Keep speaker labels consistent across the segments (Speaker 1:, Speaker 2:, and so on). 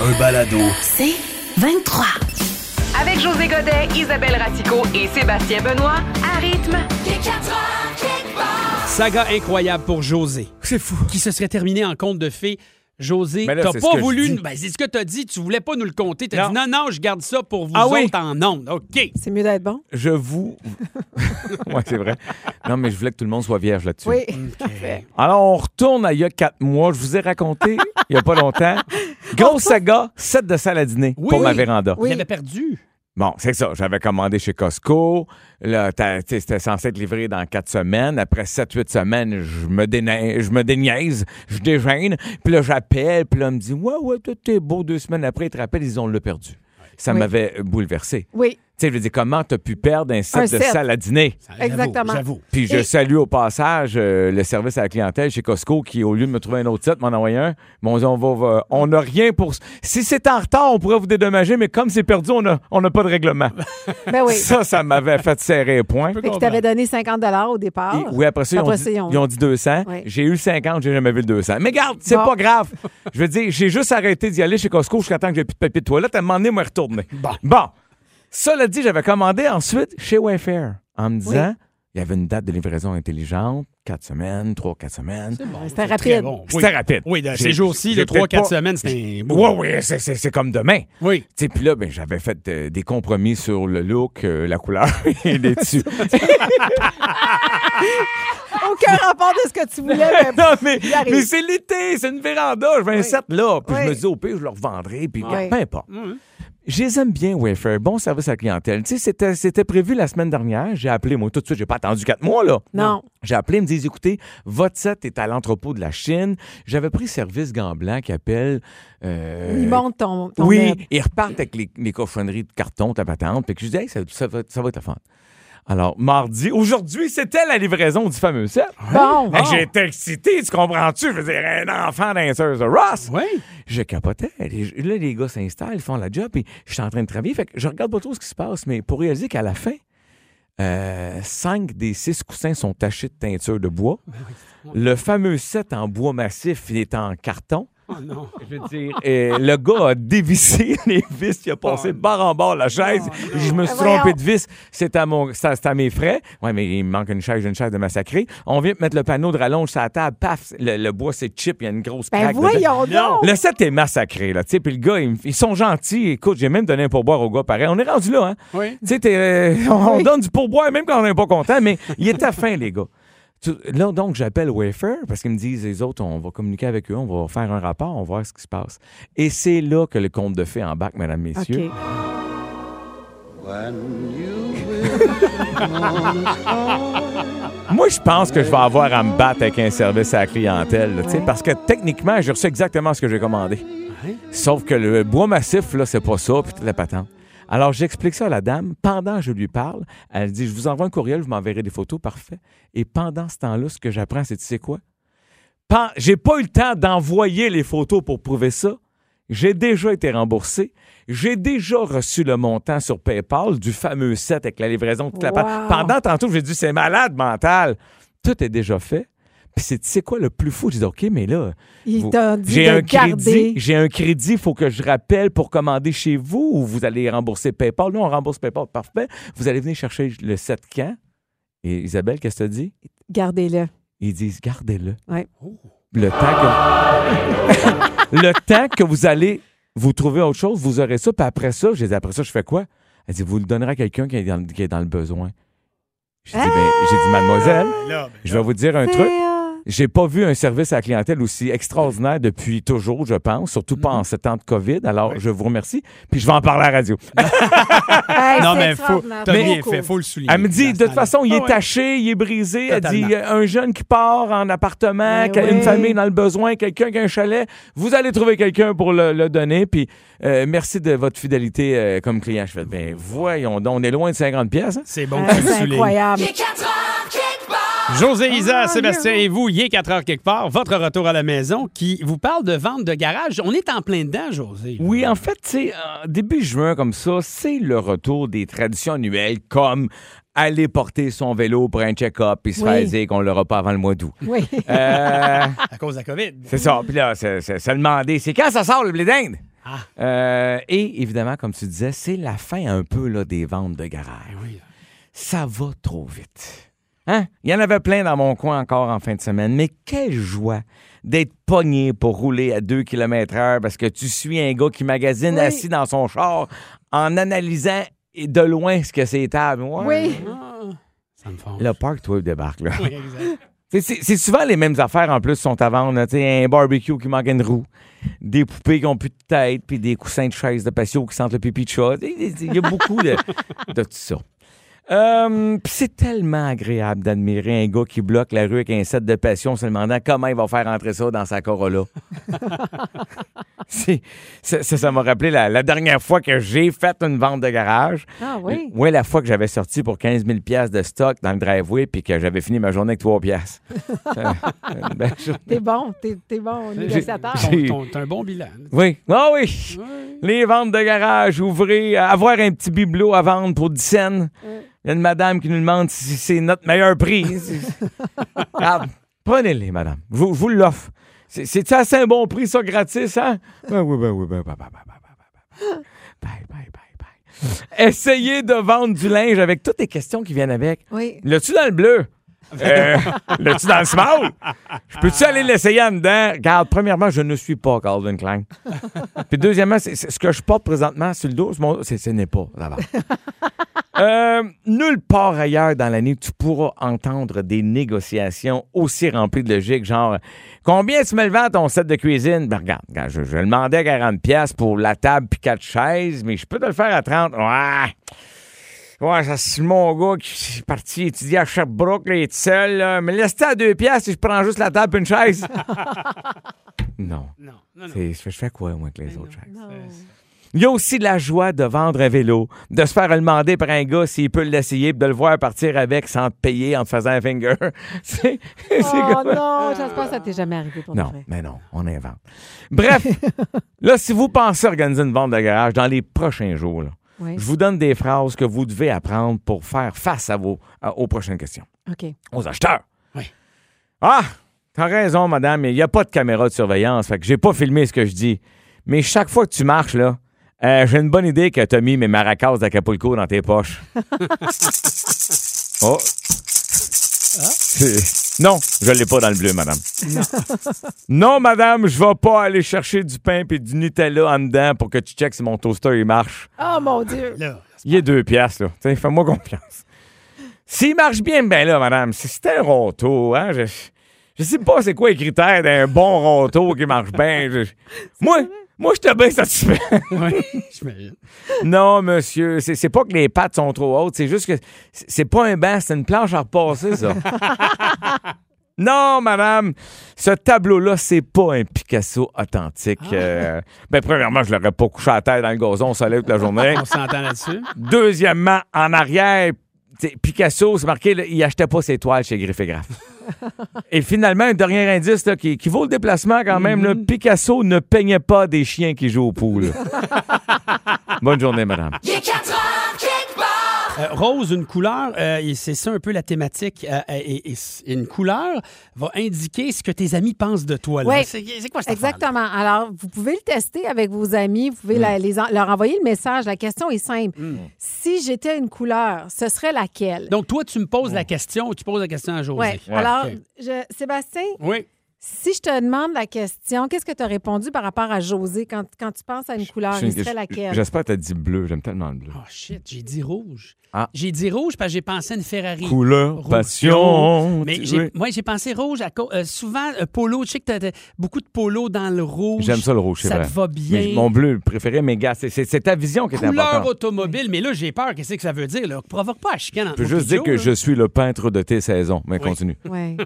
Speaker 1: Un balado.
Speaker 2: C'est 23.
Speaker 3: Avec José Godet, Isabelle Ratico et Sébastien Benoît, à rythme.
Speaker 4: Saga incroyable pour José,
Speaker 5: C'est fou.
Speaker 4: qui se serait terminé en conte de fées. José,
Speaker 5: Mais là,
Speaker 4: t'as
Speaker 5: c'est ce
Speaker 4: pas
Speaker 5: que je
Speaker 4: voulu.
Speaker 5: dis.
Speaker 4: nous- Ben, c'est ce que t'as dit. Tu voulais pas nous le compter. T'as
Speaker 5: Non.
Speaker 4: dit non, non, je garde ça pour vous
Speaker 5: Ah
Speaker 4: autres
Speaker 5: oui.
Speaker 4: en ondes. OK.
Speaker 6: C'est mieux d'être bon.
Speaker 5: Je vous. ouais, c'est vrai. Non, mais je voulais que tout le monde soit vierge là-dessus.
Speaker 6: Oui.
Speaker 5: Alors, on retourne à il y a quatre mois. Je vous ai raconté, il n'y a pas longtemps. Grosse saga, set de salle à dîner
Speaker 4: Oui,
Speaker 5: pour ma
Speaker 4: oui.
Speaker 5: véranda.
Speaker 4: Vous
Speaker 6: Oui.
Speaker 4: l'avez perdu.
Speaker 5: Bon, c'est ça. J'avais commandé chez Costco. Là, t'as- t'sais, c'était censé être livré dans quatre semaines. Après sept, huit semaines, je me, déna- je me déniaise, je dégêne. Puis là, j'appelle. Puis là, on me dit Ouais, ouais, tout est beau. Deux semaines après, ils te rappellent, ils ont le perdu. Ça
Speaker 6: Oui.
Speaker 5: m'avait bouleversé.
Speaker 6: Oui,
Speaker 5: Tu sais, je veux dire, comment t'as pu perdre un set
Speaker 6: Un
Speaker 5: de
Speaker 6: set.
Speaker 5: salle à dîner?
Speaker 4: Ça,
Speaker 6: Exactement.
Speaker 4: J'avoue.
Speaker 5: Puis je
Speaker 6: Et-
Speaker 5: salue au passage euh, le service à la clientèle chez Costco qui, au lieu de me trouver un autre set, m'en a envoyé un. Bon, on va- va- on n'a rien pour. Si c'est en retard, on pourrait vous dédommager, mais comme c'est perdu, on n'a on n'a pas de règlement.
Speaker 6: ben oui.
Speaker 5: Ça, ça m'avait fait serrer les poings.
Speaker 6: Fait que t'avais donné 50 au départ.
Speaker 5: Et- oui, Ah. après ça, ils ont,
Speaker 6: Après
Speaker 5: dit, ils ont dit 200.
Speaker 6: Ouais.
Speaker 5: J'ai eu 50, j'ai jamais vu le 200. Mais garde, c'est
Speaker 6: Bon.
Speaker 5: pas grave. Je veux dire, j'ai juste arrêté d'y aller chez Costco jusqu'à temps que j'ai plus de papier de toilette. À un moment donné, moi, retourner. Bon. Cela dit, j'avais commandé ensuite chez Wayfair en me disant, il y avait une date de livraison intelligente, 4 semaines, 3, 4 semaines.
Speaker 4: C'est bon,
Speaker 6: C'était
Speaker 4: c'est
Speaker 6: rapide.
Speaker 4: très bon.
Speaker 5: C'était rapide.
Speaker 4: Oui, de
Speaker 5: J'ai-
Speaker 4: ces jours-ci,
Speaker 5: j'ai
Speaker 4: de 3-4
Speaker 5: peut-être pas-
Speaker 4: semaines, c'était un
Speaker 5: Ouais, ouais, c'est- c'est c'est comme demain.
Speaker 4: Oui.
Speaker 5: Tu sais, Puis là, ben, j'avais fait euh, des compromis sur le look, euh, la couleur et les tissus.
Speaker 6: Aucun rapport de ce que tu voulais, mais
Speaker 5: non, mais,
Speaker 6: Il arrive.
Speaker 5: mais c'est l'été, c'est une véranda, je vais un
Speaker 6: Oui.
Speaker 5: set là. Puis je
Speaker 6: Oui.
Speaker 5: me dis, au pire, je le revendrai, puis
Speaker 6: Oui.
Speaker 5: peu importe. Je les aime bien, Wayfair. Bon service à la clientèle. Tu sais, c'était, c'était prévu la semaine dernière. J'ai appelé, moi, tout de suite, j'ai pas attendu quatre mois, là.
Speaker 6: Non.
Speaker 5: J'ai appelé, ils me disent, écoutez, votre set est à l'entrepôt de la Chine. J'avais pris service gant blanc qui appelle. euh,
Speaker 6: il monte ton, ton
Speaker 5: oui,
Speaker 6: meuble.
Speaker 5: ils repartent avec les, les cochonneries de carton, ta patente. Puis que je dis, Hey, ça, ça va, ça va être la fun. Alors, mardi, aujourd'hui, c'était la livraison du fameux set.
Speaker 6: Bon.
Speaker 5: Hey, J'étais excité, tu comprends-tu? Je veux dire, un enfant danseuse de Ross.
Speaker 4: Oui.
Speaker 5: Je capotais. Les- là, les gars s'installent, ils font la job, puis je suis en train de travailler. Fait que je regarde pas trop ce qui se passe, mais pour réaliser qu'à la fin, euh, cinq des six coussins sont tachés de teinture de bois.
Speaker 4: Ben
Speaker 5: Le fameux set en bois massif, il est en carton.
Speaker 4: Oh non.
Speaker 5: Je veux dire, euh, le gars a dévissé les vis, il a passé
Speaker 4: Oh
Speaker 5: barre en barre la chaise. je me suis
Speaker 6: Ben Voyons.
Speaker 5: trompé de vis, c'est à, mon, c'est à, c'est à mes frais. Oui, mais il me manque une chaise, j'ai une chaise de massacré. On vient mettre le panneau de rallonge sur la table, paf, le, le bois c'est chip, il y a une grosse
Speaker 6: Ben
Speaker 5: craque. dedans.
Speaker 6: voyons donc.
Speaker 5: Le set est massacré, là, tu sais. Puis le gars, ils, ils sont gentils. Écoute, j'ai même donné un pourboire au gars, pareil. On est rendu là, hein?
Speaker 4: Oui.
Speaker 5: Tu sais, t'es, euh, on, on
Speaker 6: Oui.
Speaker 5: donne du pourboire même quand on n'est pas content, mais il était fin, les gars. Tu- Là, donc, j'appelle Wafer parce qu'ils me disent, les autres, on va communiquer avec eux, on va faire un rapport, on va voir ce qui se passe. Et c'est là que le compte de fées embarque, mesdames, messieurs.
Speaker 6: OK.
Speaker 5: Moi, je pense que je vais avoir à me battre avec un service à la clientèle, là, tu sais, parce que techniquement, je reçu exactement ce que j'ai commandé. Sauf que le bois massif, là, c'est pas ça, puis toute la patente. Alors, j'explique ça à la dame. Pendant que je lui parle, elle dit Je vous envoie un courriel, vous m'enverrez des photos, parfait. Et pendant ce temps-là, ce que j'apprends, c'est Tu sais quoi Pen- J'ai pas eu le temps d'envoyer les photos pour prouver ça. J'ai déjà été remboursé. J'ai déjà reçu le montant sur PayPal du fameux set avec la livraison. Toute la pa-
Speaker 6: Wow.
Speaker 5: Pendant tantôt, j'ai dit c'est malade mental. Tout est déjà fait. Puis c'est tu sais quoi le plus fou? J'ai dit OK, mais là,
Speaker 6: Il
Speaker 5: vous-
Speaker 6: t'a dit
Speaker 5: j'ai
Speaker 6: de
Speaker 5: un crédit,
Speaker 6: garder.
Speaker 5: j'ai un crédit, faut que je rappelle pour commander chez vous ou vous allez rembourser PayPal. Nous, on rembourse PayPal, parfait. Vous allez venir chercher le set quand? Et Isabelle, qu'est-ce que tu dit?
Speaker 6: Gardez-le.
Speaker 5: Ils disent gardez-le.
Speaker 6: Ouais.
Speaker 5: Le temps que le temps que vous allez vous trouver autre chose, vous aurez ça. Puis après ça, j'ai dit après ça, je fais quoi Elle dit vous le donnerez à quelqu'un qui est dans, qui est dans le besoin. J'ai dit, ben, j'ai dit mademoiselle, je vais vous dire un
Speaker 6: Ah! C'est,
Speaker 5: truc.
Speaker 6: euh,
Speaker 5: J'ai pas vu un service à la clientèle aussi extraordinaire depuis toujours, je pense, surtout pas
Speaker 7: Mm-hmm.
Speaker 5: en ce temps de COVID. Alors, je vous remercie. Puis je vais en parler à la radio.
Speaker 6: Hey,
Speaker 7: Non,
Speaker 6: c'est
Speaker 7: mais faut,
Speaker 6: extraordinaire.
Speaker 7: t'as
Speaker 6: Trop
Speaker 7: bien
Speaker 6: cool.
Speaker 7: fait, faut le souligner.
Speaker 5: Elle me dit, de toute façon, il
Speaker 7: Ah
Speaker 5: est
Speaker 7: ouais.
Speaker 5: taché, il est brisé. Elle dit,
Speaker 7: Totalement. Ben
Speaker 5: euh, un jeune qui part en appartement,
Speaker 6: Mais
Speaker 5: qui a une
Speaker 6: oui.
Speaker 5: famille dans le besoin, quelqu'un qui a un chalet, vous allez trouver quelqu'un pour le, le donner. Puis, euh, merci de votre fidélité euh, comme client. Je fais, ben voyons donc, on est loin de 50 pièces. hein?
Speaker 7: C'est bon
Speaker 6: Ah,
Speaker 7: que tu le
Speaker 6: C'est
Speaker 7: soulignes.
Speaker 6: incroyable.
Speaker 7: José
Speaker 6: Ah,
Speaker 7: Isa,
Speaker 6: yeah.
Speaker 7: Sébastien et vous, il est 4 heures quelque part, votre retour à la maison qui vous parle de vente de garage. On est en plein dedans, José.
Speaker 5: Oui, en fait, tu sais, euh, début juin comme ça, c'est le retour des traditions annuelles comme aller porter son vélo pour un check-up et se
Speaker 6: Oui.
Speaker 5: faire dire qu'on l'aura pas avant le mois d'août.
Speaker 6: Oui.
Speaker 5: Euh,
Speaker 7: À cause de la COVID.
Speaker 5: C'est ça. Puis là, c'est- c'est- se demander, c'est quand ça sort le blé d'Inde?
Speaker 7: Ah.
Speaker 5: Euh, et évidemment, comme tu disais, c'est la fin un peu là, des ventes de garage. Ça va trop vite. Hein? Il y en avait plein dans mon coin encore en fin de semaine, mais quelle joie d'être pogné pour rouler à 2 km heure parce que tu suis un gars qui magasine
Speaker 6: Oui.
Speaker 5: assis dans son char en analysant de loin ce que c'est table.
Speaker 6: Oui.
Speaker 7: Ça me fond.
Speaker 5: Le parc, toi, débarque. Ah. Là.
Speaker 7: Oui, exact.
Speaker 5: C'est- C'est c'est souvent les mêmes affaires en plus sont à vendre. là. Tu sais, un barbecue qui manque une roue, des poupées qui n'ont plus de tête, puis des coussins de chaise de patio qui sentent le pipi de chat. Tu sais, Il y a beaucoup de, de tout ça. Euh, puis c'est tellement agréable d'admirer un gars qui bloque la rue avec un set de passion en se demandant comment il va faire entrer ça dans sa Corolla. C'est- ça ça- ça m'a rappelé la, la dernière fois que j'ai fait une vente de garage.
Speaker 6: Ah oui.
Speaker 5: Ouais, la fois que j'avais sorti pour 15 000 pièces de stock dans le driveway puis que j'avais fini ma journée avec Euh, 3 pièces.
Speaker 6: T'es bon, t'es t'es bon négociateur.
Speaker 5: j'ai-
Speaker 7: Ton- ton- T'as un bon bilan.
Speaker 5: oui. Ah oui. Les ventes de garage, ouvrez, euh, avoir un petit bibelot à vendre pour 10 cents. Il y a une madame qui nous demande si c'est notre meilleur prix. C'est- Regarde, prenez-les, madame. Je vous, je vous l'offre. C'est- C'est-tu assez un bon prix, ça, gratis, hein? Ben oui, ben oui, ben ben, ben, ben, ben, ben, ben, ben. Bye, bye, bye, bye. Essayez de vendre du linge avec toutes les questions qui viennent avec.
Speaker 6: Oui.
Speaker 5: L'as-tu dans le bleu? Euh, L'as-tu dans le small? Je peux-tu aller l'essayer en dedans? Regarde, premièrement, je ne suis pas Calvin Klein. Puis deuxièmement, c'est- c'est- ce que je porte présentement sur le dos, c'est mon- c'est- ce n'est pas la vente. Euh, nulle part ailleurs dans l'année, tu pourras entendre des négociations aussi remplies de logique, genre combien tu me le vends ton set de cuisine? Ben regarde, regarde, je, je le demandais à 40$ piastres pour la table puis quatre chaises, mais je peux te le faire à 30$. Ouais! Ouais, ça c'est mon gars qui est parti étudier à Sherbrooke, là, il est tout seul. là. Mais laisse-toi à deux piastres si je prends juste la table et une chaise. non.
Speaker 7: Non, non, non.
Speaker 5: C'est- Je fais- je fais quoi, moi, avec les autres chaises?
Speaker 6: Non.
Speaker 5: Il y a aussi la joie de vendre un vélo, de se faire demander par un gars s'il peut l'essayer, puis de le voir partir avec sans te payer en te faisant un finger. c'est c'est
Speaker 6: Oh
Speaker 5: comme-
Speaker 6: non, j'espère que ça t'est jamais arrivé pour
Speaker 5: non,
Speaker 6: de vrai.
Speaker 5: mais non, on invente. Bref, là, si vous pensez organiser une vente de garage dans les prochains jours, là,
Speaker 6: Oui.
Speaker 5: je vous donne des phrases que vous devez apprendre pour faire face à vos, à- aux prochaines questions.
Speaker 6: OK.
Speaker 5: Aux acheteurs.
Speaker 7: Oui.
Speaker 5: Ah, t'as raison, madame, mais il n'y a pas de caméra de surveillance, fait que j'ai pas filmé ce que je dis. Mais chaque fois que tu marches, là, euh, j'ai une bonne idée que t'as mis mes maracas d'Acapulco dans tes poches. oh. C'est- Non, je l'ai pas dans le bleu, madame. Non, madame, je vais pas aller chercher du pain et du Nutella en dedans pour que tu checkes si mon toaster il marche.
Speaker 6: Oh mon Dieu.
Speaker 7: Là,
Speaker 5: Il est deux piastres, là. T'sais, Fais-moi confiance. S'il marche bien, ben là, madame, si c'était un ronto, hein, je, je sais pas c'est quoi les critères d'un bon ronto qui marche bien. Je- moi, moi, je te bien satisfait.
Speaker 7: oui, j'imagine.
Speaker 5: non, monsieur, c'est c'est pas que les pattes sont trop hautes, c'est juste que c'est c'est pas un banc, c'est une planche à repasser, ça. Non, madame, ce tableau-là, c'est pas un Picasso authentique. Euh, ben, premièrement, je l'aurais pas couché à terre dans le gazon au soleil toute la journée.
Speaker 7: On s'entend là-dessus.
Speaker 5: Deuxièmement, en arrière, t'sais, Picasso, c'est marqué, là, il achetait pas ses toiles chez Griff et Graff. et finalement, un dernier indice là, qui, qui vaut le déplacement quand même, là, Picasso ne peignait pas des chiens qui jouent au pool. Bonne journée, madame.
Speaker 7: Euh, rose, une couleur, euh, et c'est ça un peu la thématique. euh, et, et- et une couleur va indiquer ce que tes amis pensent de toi. là.
Speaker 6: Oui.
Speaker 7: C'est c'est quoi cette affaire-là?
Speaker 6: Exactement. Alors, vous pouvez le tester avec vos amis, vous pouvez la- les en- leur envoyer le message. La question est simple. Si j'étais une couleur, ce serait laquelle?
Speaker 7: Donc, toi, tu me poses la question, tu poses la question à José.
Speaker 6: Ouais.
Speaker 5: Ouais,
Speaker 6: Alors,
Speaker 7: ok.
Speaker 6: je- Sébastien,
Speaker 7: Oui.
Speaker 6: Si je te demande la question, qu'est-ce que tu as répondu par rapport à José quand, quand tu penses à une
Speaker 7: Ah,
Speaker 6: couleur?
Speaker 5: Je-
Speaker 6: Il
Speaker 5: je-
Speaker 6: serait laquelle?
Speaker 5: J'espère que t'as dit bleu. J'aime tellement le bleu.
Speaker 7: Oh shit, j'ai dit rouge.
Speaker 5: Ah.
Speaker 7: J'ai dit rouge parce que j'ai pensé à une Ferrari.
Speaker 5: Couleur,
Speaker 7: Rouge.
Speaker 5: passion.
Speaker 7: Mais
Speaker 5: tu-
Speaker 7: j'ai-
Speaker 5: oui.
Speaker 7: moi, j'ai pensé rouge. À cau- euh, souvent, euh, polo, je sais que t'as t'as beaucoup de polo dans le rouge.
Speaker 5: J'aime ça le rouge, c'est
Speaker 7: Ça
Speaker 5: vrai.
Speaker 7: te va
Speaker 5: Mais
Speaker 7: bien.
Speaker 5: mon bleu préféré, mais gars, c'est- c'est c'est ta vision qui est
Speaker 7: Couleur
Speaker 5: importante.
Speaker 7: automobile, mais là, j'ai peur. Qu'est-ce que ça veut dire? Là? Provoque pas à chicane.
Speaker 5: Je peux juste dire que je suis le peintre de tes saisons. Mais continue.
Speaker 6: Oui.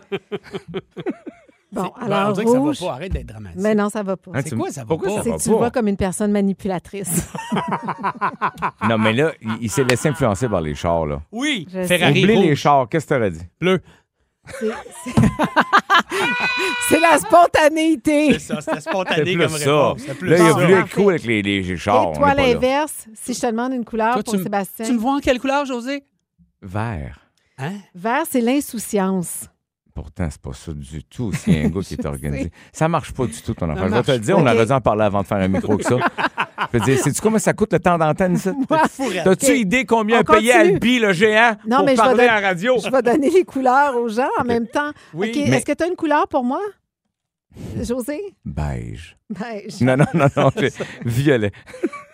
Speaker 6: bon,
Speaker 7: Alors, ben, on
Speaker 6: alors
Speaker 7: dirait que
Speaker 6: rouge.
Speaker 7: ça va pas. Arrête d'être dramatique.
Speaker 6: Mais non, ça va pas.
Speaker 5: Hein,
Speaker 7: C'est
Speaker 5: tu-
Speaker 7: quoi, ça va
Speaker 5: pourquoi
Speaker 7: pas?
Speaker 6: C'est
Speaker 5: va
Speaker 6: que tu le vois
Speaker 5: pas?
Speaker 6: comme une personne manipulatrice.
Speaker 5: Non, mais là, il, il s'est laissé influencer par les chars, là.
Speaker 7: Oui,
Speaker 6: Je
Speaker 7: Ferrari
Speaker 5: Oublie
Speaker 7: rouge.
Speaker 5: les chars, qu'est-ce que t'aurais dit?
Speaker 7: bleu.
Speaker 6: C'est- c'est- C'est la spontanéité.
Speaker 7: C'est ça, c'était
Speaker 5: C'est
Speaker 7: spontané
Speaker 5: plus
Speaker 7: comme
Speaker 5: ça.
Speaker 7: réponse. C'était plus
Speaker 5: Là, il a
Speaker 6: ça.
Speaker 5: voulu être
Speaker 6: Parfait.
Speaker 5: cool avec les, les chars.
Speaker 6: Et
Speaker 5: on
Speaker 6: toi,
Speaker 5: est pas là.
Speaker 6: l'inverse, si je te demande une couleur
Speaker 7: Toi,
Speaker 6: pour
Speaker 7: tu me-
Speaker 6: Sébastien,
Speaker 7: Tu me vois en quelle couleur, José?
Speaker 5: Vert.
Speaker 7: Hein?
Speaker 6: vert, c'est l'insouciance.
Speaker 5: Pourtant, c'est pas ça du tout. C'est un gars qui est organisé. Ça marche pas du tout, ton affaire. Je vais
Speaker 7: marche
Speaker 5: te le dire, on
Speaker 6: pas.
Speaker 5: aurait
Speaker 6: Ok.
Speaker 5: dû en parler avant de faire un micro que ça. Je veux dire, sais-tu comment ça coûte le temps d'antenne, ça? T'as-tu
Speaker 6: Ok.
Speaker 5: idée combien
Speaker 6: On
Speaker 5: a payé
Speaker 6: continue.
Speaker 5: Albi, le géant,
Speaker 6: Non,
Speaker 5: pour
Speaker 6: mais je vais
Speaker 5: parler
Speaker 6: donner-
Speaker 5: à la radio?
Speaker 6: Je vais donner les couleurs aux gens en même temps.
Speaker 5: Oui,
Speaker 6: OK,
Speaker 5: mais-
Speaker 6: Est-ce que tu as une couleur pour moi, José?
Speaker 5: Beige.
Speaker 6: Beige.
Speaker 5: Non, non, non, non. j'ai- Violet.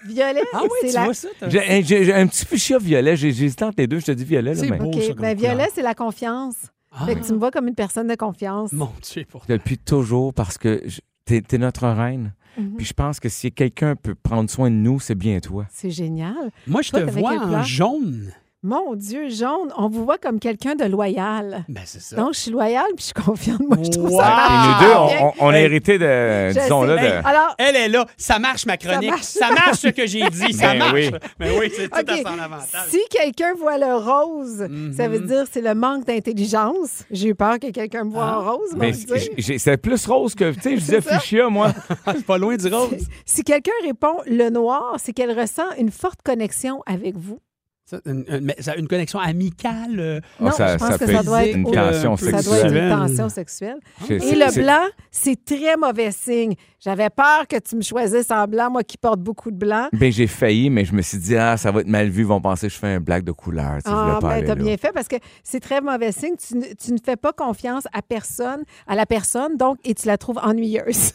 Speaker 6: Violet,
Speaker 7: Ah oui,
Speaker 6: c'est
Speaker 7: tu
Speaker 6: la...
Speaker 7: vois ça? t'as-
Speaker 5: J'ai un, j'ai- j'ai un petit fuchsia violet. J'ai- J'hésite entre les deux. Je te dis violet, là,
Speaker 7: C'est
Speaker 5: mais...
Speaker 7: beau.
Speaker 6: OK,
Speaker 7: ça, comme
Speaker 6: ben,
Speaker 7: couleur.
Speaker 6: violet, c'est la confiance.
Speaker 7: Ah,
Speaker 6: Fait que tu me vois comme une personne de confiance.
Speaker 7: Mon Dieu, pour
Speaker 5: Depuis toujours, parce que je- t'es t'es notre reine.
Speaker 6: Mhm.
Speaker 5: Puis je pense que si quelqu'un peut prendre soin de nous, c'est bien toi.
Speaker 6: C'est génial.
Speaker 7: Moi, je te
Speaker 6: Toi, t'avais
Speaker 7: vois
Speaker 6: quelle
Speaker 7: en
Speaker 6: couleur?
Speaker 7: jaune.
Speaker 6: Mon Dieu, jaune, on vous voit comme quelqu'un de loyal.
Speaker 7: Ben, c'est ça.
Speaker 6: Donc, je suis loyale puis je suis confiante. Moi, je trouve ça.
Speaker 7: Wow!
Speaker 5: Et
Speaker 7: Ah!
Speaker 5: nous deux, on,
Speaker 6: Bien.
Speaker 5: on- on a
Speaker 7: Hey.
Speaker 5: hérité de,
Speaker 6: Je
Speaker 5: Euh, disons-le,
Speaker 6: sais. Ben, ah,
Speaker 5: de...
Speaker 6: Alors,
Speaker 7: Elle est là. Ça marche, ma chronique.
Speaker 6: marche.
Speaker 7: Ça marche, ce que j'ai dit. Ça
Speaker 5: Ben
Speaker 7: marche.
Speaker 5: oui.
Speaker 7: Mais oui, c'est tout à
Speaker 6: OK.
Speaker 7: son avantage.
Speaker 6: Si quelqu'un voit le rose, ça
Speaker 7: Mm-hmm.
Speaker 6: veut dire c'est le manque d'intelligence. J'ai eu peur que quelqu'un me voit
Speaker 7: Ah.
Speaker 6: en rose.
Speaker 5: Mais
Speaker 6: mon Dieu.
Speaker 5: j'ai- j'ai- c'est plus rose que, tu sais, je disais
Speaker 6: ça.
Speaker 5: fuchsia, moi.
Speaker 7: Ah, c'est pas loin du rose.
Speaker 6: Si quelqu'un répond le noir, c'est qu'elle ressent une forte connexion avec vous.
Speaker 7: Ça, une, une- mais ça a une connexion amicale. euh,
Speaker 5: Oh,
Speaker 6: non, je pense que ça
Speaker 5: fait
Speaker 6: doit être
Speaker 5: une
Speaker 6: au-
Speaker 5: tension
Speaker 7: ça
Speaker 6: Ça doit être
Speaker 5: sexuelle.
Speaker 6: une
Speaker 7: Sexuelle.
Speaker 6: tension sexuelle.
Speaker 5: C'est-
Speaker 6: Et
Speaker 5: c'est-
Speaker 6: le
Speaker 5: c'est-
Speaker 6: blanc, c'est très mauvais signe. J'avais peur que tu me choisisses en blanc, moi qui porte beaucoup de blanc.
Speaker 5: Ben, j'ai failli, mais je me suis dit, ah, ça va être mal vu, ils vont penser que je fais un blague de couleur. Tu sais, je voulais
Speaker 6: Ah,
Speaker 5: pas
Speaker 6: ben,
Speaker 5: aller
Speaker 6: t'as
Speaker 5: là.
Speaker 6: bien fait parce que c'est très mauvais signe. Tu, ne- tu ne fais pas confiance à personne, à la personne, donc, et tu la trouves ennuyeuse.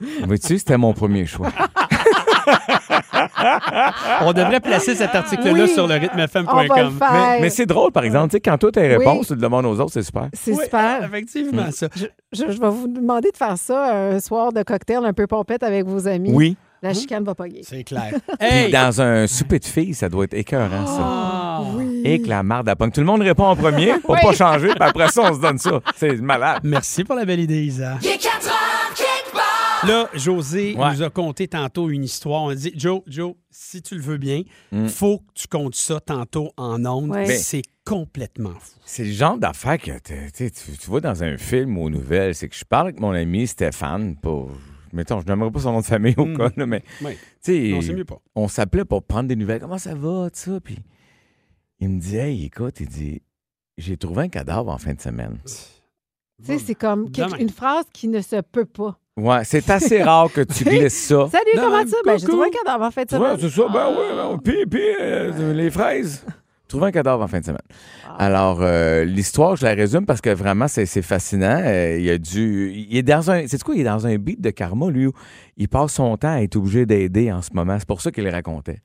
Speaker 5: Vois-tu, c'était mon premier choix.
Speaker 7: On devrait placer cet article-là
Speaker 6: Oui.
Speaker 7: sur le rythmefm.com.
Speaker 6: On va le faire.
Speaker 5: mais mais c'est drôle, par exemple, tu sais, quand toi, tes réponses,
Speaker 6: Oui.
Speaker 5: tu le demandes aux autres, c'est super.
Speaker 6: C'est
Speaker 7: Oui,
Speaker 6: super.
Speaker 7: Effectivement, ça.
Speaker 6: Je, je vais vous demander de faire ça un soir de cocktail un peu pompette avec vos amis.
Speaker 5: Oui.
Speaker 6: La chicane va pogner.
Speaker 7: C'est clair.
Speaker 5: Puis
Speaker 7: Hey! Ah.
Speaker 5: dans un souper de filles, ça doit être écœurant,
Speaker 6: Oh.
Speaker 5: ça. Et que la marde à pogne. Tout le monde répond en premier pour
Speaker 6: Oui.
Speaker 5: pas changer, puis après ça, on se donne ça. C'est malade.
Speaker 7: Merci pour la belle idée, Isa. Là, José
Speaker 5: Ouais.
Speaker 7: nous a conté tantôt une histoire. On a dit, Joe, Joe, si tu le veux bien, faut que tu comptes ça tantôt en ondes.
Speaker 6: Ouais.
Speaker 7: Mais- C'est complètement fou.
Speaker 5: C'est le genre d'affaire que t'es- t'sais, tu, tu vois dans un film ou aux nouvelles. C'est que je parle avec mon ami Stéphane pour. Mettons, je n'aimerais pas son nom de famille au cas, là, mais.
Speaker 7: Mm. Oui.
Speaker 5: t'sais,
Speaker 7: Non, c'est mieux pas.
Speaker 5: On s'appelait pour prendre des nouvelles. Comment ça va, tout ça? Puis il me dit, hey, écoute, il dit, j'ai trouvé un cadavre en fin de semaine.
Speaker 6: Tu sais, c'est comme quelque-
Speaker 7: Demain.
Speaker 6: une phrase qui ne se peut pas.
Speaker 5: Ouais, c'est assez rare que tu glisses ça.
Speaker 6: Salut,
Speaker 7: Non,
Speaker 6: comment tu vas? Ben, j'ai
Speaker 5: coucou.
Speaker 6: trouvé un cadavre en fait de
Speaker 5: Ouais,
Speaker 6: semaine.
Speaker 5: c'est ça. Ben oui, ben, puis, puis euh, les fraises. Trouver un cadavre en fin de semaine. Alors, euh, l'histoire, je la résume parce que vraiment, c'est c'est fascinant. Euh, il a dû. Il est dans un. C'est quoi? Il est dans un beat de karma, lui, où il passe son temps à être obligé d'aider en ce moment. C'est pour ça qu'il le racontait.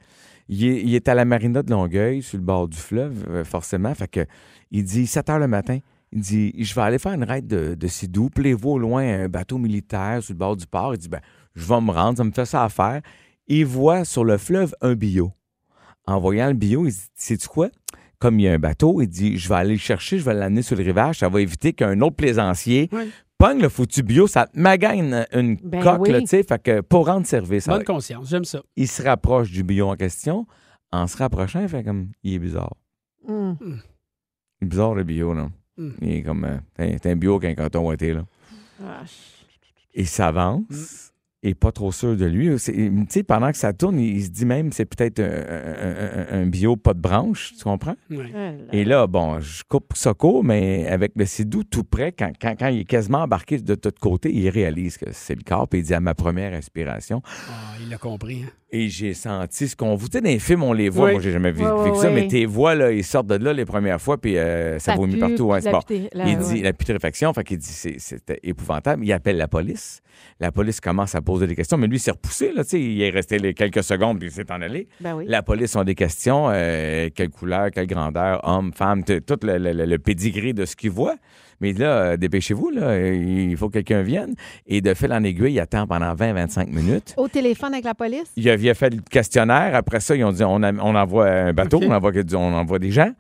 Speaker 5: Il est, il est à la marina de Longueuil, sur le bord du fleuve, euh, forcément. Fait que il dit 7 h le matin. Il dit Je vais aller faire une raid de, de Sidou. Plez-vous au loin un bateau militaire sur le bord du port. Il dit ben, Je vais me rendre, ça me fait ça à faire il voit sur le fleuve un bio. En voyant le bio, il dit Sais-tu quoi Comme il y a un bateau, il dit Je vais aller le chercher, je vais l'amener sur le rivage, ça va éviter qu'un autre plaisancier
Speaker 7: Oui.
Speaker 5: pogne le foutu bio, ça te magagne une
Speaker 6: Ben
Speaker 5: coque, là,
Speaker 6: oui.
Speaker 5: tu sais. Fait que pour rendre service,
Speaker 7: Bonne
Speaker 5: alors,
Speaker 7: conscience, j'aime ça.
Speaker 5: il se rapproche du bio en question. En se rapprochant, il fait comme Il est bizarre.
Speaker 6: Mm.
Speaker 5: Il est bizarre le bio, là.
Speaker 7: Mm.
Speaker 5: Il est Ah, comme euh, T'es t'es un bio qu'un canton ouaté, là.
Speaker 6: Ah,
Speaker 5: Il s'avance. est pas trop sûr de lui. C'est- Tu sais, pendant que ça tourne, il se dit même c'est peut-être un, un- un- un bio pas de branche, tu comprends?
Speaker 6: Ben
Speaker 5: Et là, bon, je coupe ça court, mais avec le Sidou tout près, quand, quand- quand il est quasiment embarqué de tous côtés, il réalise que c'est le corps, puis il dit à ma première inspiration.
Speaker 7: Ah, il l'a compris. hein.
Speaker 5: Et j'ai senti ce qu'on vous. Tu sais, dans les films, on les voit.
Speaker 7: Oui.
Speaker 5: Moi, j'ai jamais vu,
Speaker 6: Ouais,
Speaker 5: vécu
Speaker 6: ouais,
Speaker 5: ça,
Speaker 6: ouais.
Speaker 5: mais tes voix, là, ils sortent de là les premières fois, puis euh, ça,
Speaker 6: Ça
Speaker 5: vomit
Speaker 6: pue,
Speaker 5: partout. Ouais,
Speaker 6: puis
Speaker 5: c'est
Speaker 6: la
Speaker 5: bon.
Speaker 6: puté- la-
Speaker 5: il dit
Speaker 6: ouais.
Speaker 5: la putréfaction, fait qu'il dit c'est- c'était épouvantable. Il appelle la police. La police commence à poser des questions, mais lui, il s'est repoussé, là, tu sais. Il est resté les quelques secondes, puis il s'est en allé.
Speaker 6: Ben oui.
Speaker 5: La police ont des questions. euh, quelle couleur, quelle grandeur, homme, femme, t- tout le, le- le- le pedigree de ce qu'il voit. Mais là, euh, dépêchez-vous, là, euh, il faut que quelqu'un vienne. Et de fil en aiguille, il attend pendant 20-25 minutes.
Speaker 6: Au téléphone avec la police?
Speaker 5: Il avait fait le questionnaire. Après ça, ils ont dit on, a- on envoie un bateau, on, envoie, que- on envoie des gens.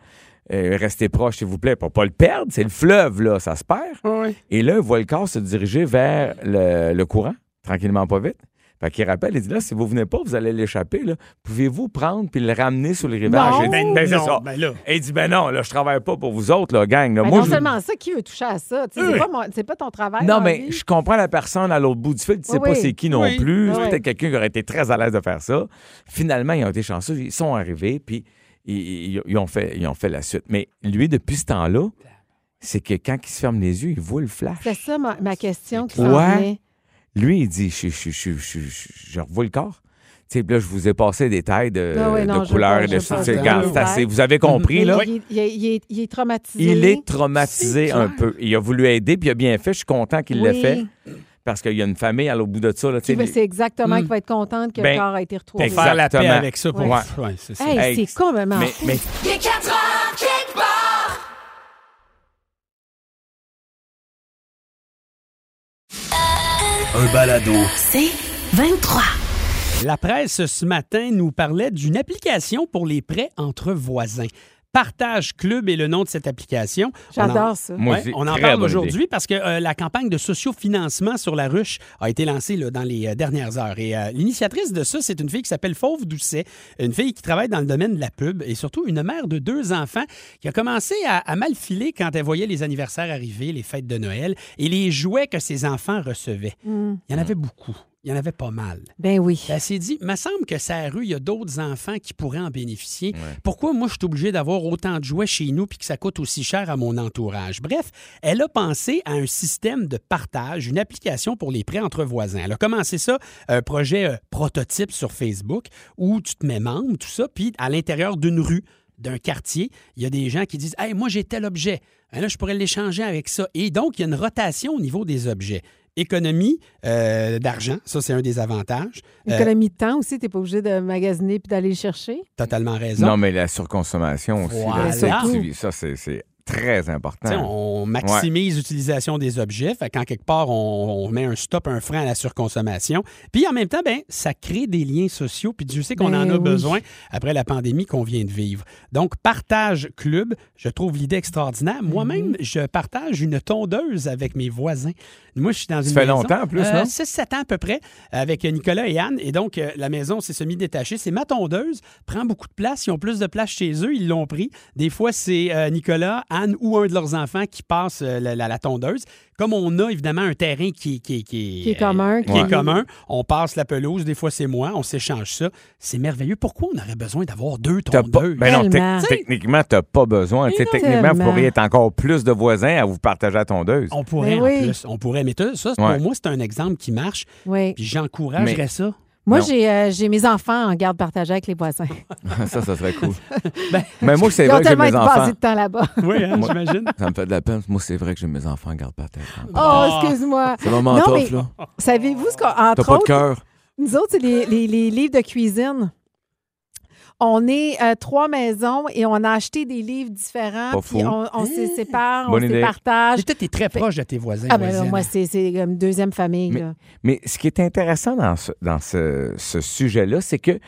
Speaker 5: Euh, restez proches, s'il vous plaît, pour pas le perdre. C'est le fleuve, là, ça se perd.
Speaker 7: Ouais.
Speaker 5: Et là, il voit le corps se diriger vers le, le courant, tranquillement, pas vite. Fait qu'il rappelle, il dit là, si vous venez pas, vous allez l'échapper, là. Pouvez-vous prendre puis le ramener sur le rivage?
Speaker 6: Non.
Speaker 5: Il dit, Ben, ben, c'est
Speaker 7: non,
Speaker 5: ça.
Speaker 7: ben là.
Speaker 5: Et il dit ben non, là, je travaille pas pour vous autres, là, gang. là.
Speaker 6: Ben
Speaker 5: Moi,
Speaker 6: non
Speaker 5: je-
Speaker 6: seulement ça, qui veut toucher à ça? Tu sais, C'est pas, mon- c'est pas ton travail.
Speaker 5: non,
Speaker 6: dans la
Speaker 5: mais
Speaker 6: vie.
Speaker 5: je comprends la personne à l'autre bout du fil. Tu sais
Speaker 6: Oui,
Speaker 5: pas
Speaker 6: oui.
Speaker 5: c'est qui non
Speaker 4: Oui.
Speaker 5: plus.
Speaker 6: Oui,
Speaker 5: C'est
Speaker 6: oui.
Speaker 5: peut-être quelqu'un qui aurait été très à l'aise de faire ça. Finalement, ils ont été chanceux. Ils sont arrivés, puis ils, ils- ils ont, fait, ils ont fait la suite. Mais lui, depuis ce temps-là, c'est que quand il se ferme les yeux, il voit le flash.
Speaker 6: C'est ça ma, ma question qui
Speaker 5: Ouais.
Speaker 6: s'en vient.
Speaker 5: Lui, il dit je, je, je, je, je- je revois le corps. Tu sais, puis là, je vous ai passé des tailles de,
Speaker 6: Ah oui,
Speaker 5: de
Speaker 6: non, je veux
Speaker 5: couleurs
Speaker 6: pas, Mhm.
Speaker 5: et
Speaker 6: je
Speaker 5: de
Speaker 6: veux pas.
Speaker 5: c'est- regarde, c'est assez. Vous avez compris,
Speaker 6: Mais
Speaker 5: là?
Speaker 6: Il, il- il est, il est traumatisé.
Speaker 5: Il est traumatisé un peu. Il a voulu aider, puis il a bien fait. Je suis content qu'il l'ait
Speaker 6: Oui.
Speaker 5: fait. Parce qu'il y a une famille à l'autre bout de ça. Là, tu sais,
Speaker 6: Qui veut-
Speaker 5: les-
Speaker 6: C'est exactement qu'il va être contente que
Speaker 5: Hmm. Ben,
Speaker 6: le corps a été retrouvé.
Speaker 5: exact.
Speaker 7: Faire la paix
Speaker 5: Exactement.
Speaker 7: avec ça pour.
Speaker 5: Ouais.
Speaker 7: Ouais, c'est ça.
Speaker 6: Hey,
Speaker 5: Hey,
Speaker 6: c'est complètement
Speaker 5: mais,
Speaker 6: fou.
Speaker 5: mais
Speaker 1: Un balado.
Speaker 2: C'est 23.
Speaker 7: La presse ce matin nous parlait d'une application pour les prêts entre voisins. Partage Club est le nom de cette application. On en-
Speaker 6: J'adore ça.
Speaker 5: Moi,
Speaker 7: Ouais,
Speaker 5: c'est
Speaker 7: on en
Speaker 5: très
Speaker 7: parle
Speaker 5: bonne idée.
Speaker 7: aujourd'hui parce que euh, la campagne de sociofinancement sur la ruche a été lancée là, dans les euh, dernières heures. Et euh, l'initiatrice de ça, c'est une fille qui s'appelle Fauve Doucet, une fille qui travaille dans le domaine de la pub et surtout une mère de deux enfants qui a commencé à, à mal filer quand elle voyait les anniversaires arriver, les fêtes de Noël et les jouets que ses enfants recevaient. Il y en avait beaucoup. Il y en avait pas mal.
Speaker 6: Ben oui.
Speaker 7: Elle s'est dit, me semble que sa rue, il y a d'autres enfants qui pourraient en bénéficier. Pourquoi moi, je suis obligé d'avoir autant de jouets chez nous puis que ça coûte aussi cher à mon entourage? Bref, elle a pensé à un système de partage, une application pour les prêts entre voisins. Elle a commencé ça, un projet euh, prototype sur Facebook où tu te mets membre, tout ça, puis à l'intérieur d'une rue d'un quartier, il y a des gens qui disent Hey, moi j'ai tel objet. Ben là, je pourrais l'échanger avec ça. Et donc, il y a une rotation au niveau des objets. Économie euh, d'argent, ça c'est un des avantages. Euh,
Speaker 6: Économie de temps aussi, t'es pas obligé de magasiner puis d'aller le chercher.
Speaker 7: totalement raison.
Speaker 5: Non, mais la surconsommation aussi,
Speaker 7: Voilà.
Speaker 5: là, c'est-
Speaker 7: Surtout.
Speaker 5: ça, c'est- c'est très
Speaker 7: Tu sais,
Speaker 5: important.
Speaker 7: on maximise l'utilisation des objets. Fait qu'en quelque part, on, on met un stop, un frein à la surconsommation. Puis en même temps, ben, ça crée des liens sociaux. Puis Dieu sait qu'on
Speaker 6: Ben
Speaker 7: en a
Speaker 6: oui.
Speaker 7: besoin après la pandémie qu'on vient de vivre. Donc, partage club, je trouve l'idée extraordinaire. Moi-même,
Speaker 6: Mm-hmm.
Speaker 7: je partage une tondeuse avec mes voisins. Moi, je suis dans une
Speaker 5: fait
Speaker 7: maison,
Speaker 5: longtemps, en plus, non?
Speaker 7: 6-7 ans à peu près, avec Nicolas et Anne. Et donc, euh, la maison, c'est semi-détachée. C'est ma tondeuse, prend beaucoup de place. Ils ont plus de place chez eux, ils l'ont pris. Des fois, c'est euh, Nicolas, Anne ou un de leurs enfants qui passe euh, la, la- la tondeuse. Comme on a évidemment un terrain qui, qui, euh,
Speaker 6: Qui est commun,
Speaker 7: qui
Speaker 6: qui-
Speaker 7: est commun, on passe la pelouse. Des fois, c'est moi, on s'échange ça. C'est merveilleux. Pourquoi on aurait besoin d'avoir deux
Speaker 5: T'as pas-
Speaker 7: tondeuses?
Speaker 5: ben non,
Speaker 6: Tellement.
Speaker 5: tec- techniquement, t'as pas besoin. Tu sais, Techniquement, vous
Speaker 6: Tellement.
Speaker 5: pourriez être encore plus de voisins à vous partager la tondeuse.
Speaker 7: On pourrait
Speaker 6: Ben
Speaker 7: en
Speaker 6: oui.
Speaker 7: plus. On pourrait. Mais tout ça, c'est-
Speaker 5: Ouais.
Speaker 7: pour moi, c'est un exemple qui marche.
Speaker 6: Oui.
Speaker 7: Puis j'encouragerais
Speaker 5: Mais-
Speaker 7: ça.
Speaker 6: Moi,
Speaker 5: Non.
Speaker 6: j'ai euh, j'ai mes enfants en garde partagée avec les voisins.
Speaker 5: ça, ça serait cool. mais moi, c'est
Speaker 6: Ben, Ils ont
Speaker 5: vrai que j'ai
Speaker 6: tellement
Speaker 5: mes
Speaker 6: été
Speaker 5: enfants.
Speaker 6: passés de temps là-bas.
Speaker 7: Oui, hein,
Speaker 5: Moi-
Speaker 7: j'imagine.
Speaker 5: Ça me fait de la peine. Moi, c'est vrai que j'ai mes enfants en garde partagée.
Speaker 6: Oh, excuse-moi.
Speaker 5: C'est vraiment
Speaker 6: Non,
Speaker 5: tough,
Speaker 6: mais-
Speaker 5: là.
Speaker 6: Savez-vous ce
Speaker 5: T'as
Speaker 6: qu'entre
Speaker 5: pas de
Speaker 6: autres,
Speaker 5: cœur.
Speaker 6: nous autres, c'est les, les- les livres de cuisine. On est euh, trois maisons et on a acheté des livres différents.
Speaker 5: Pas fou.
Speaker 6: puis on, on se sépare, on
Speaker 5: Bonne
Speaker 6: se
Speaker 5: idée.
Speaker 6: les partage.
Speaker 7: Mais toi, Mmh. t'es très proche de tes voisins.
Speaker 6: Ah ben là,
Speaker 7: voisines.
Speaker 6: moi, c'est c'est comme deuxième famille.
Speaker 5: Mais-
Speaker 6: là.
Speaker 5: Mais ce qui est intéressant dans ce, dans ce, ce sujet-là, c'est que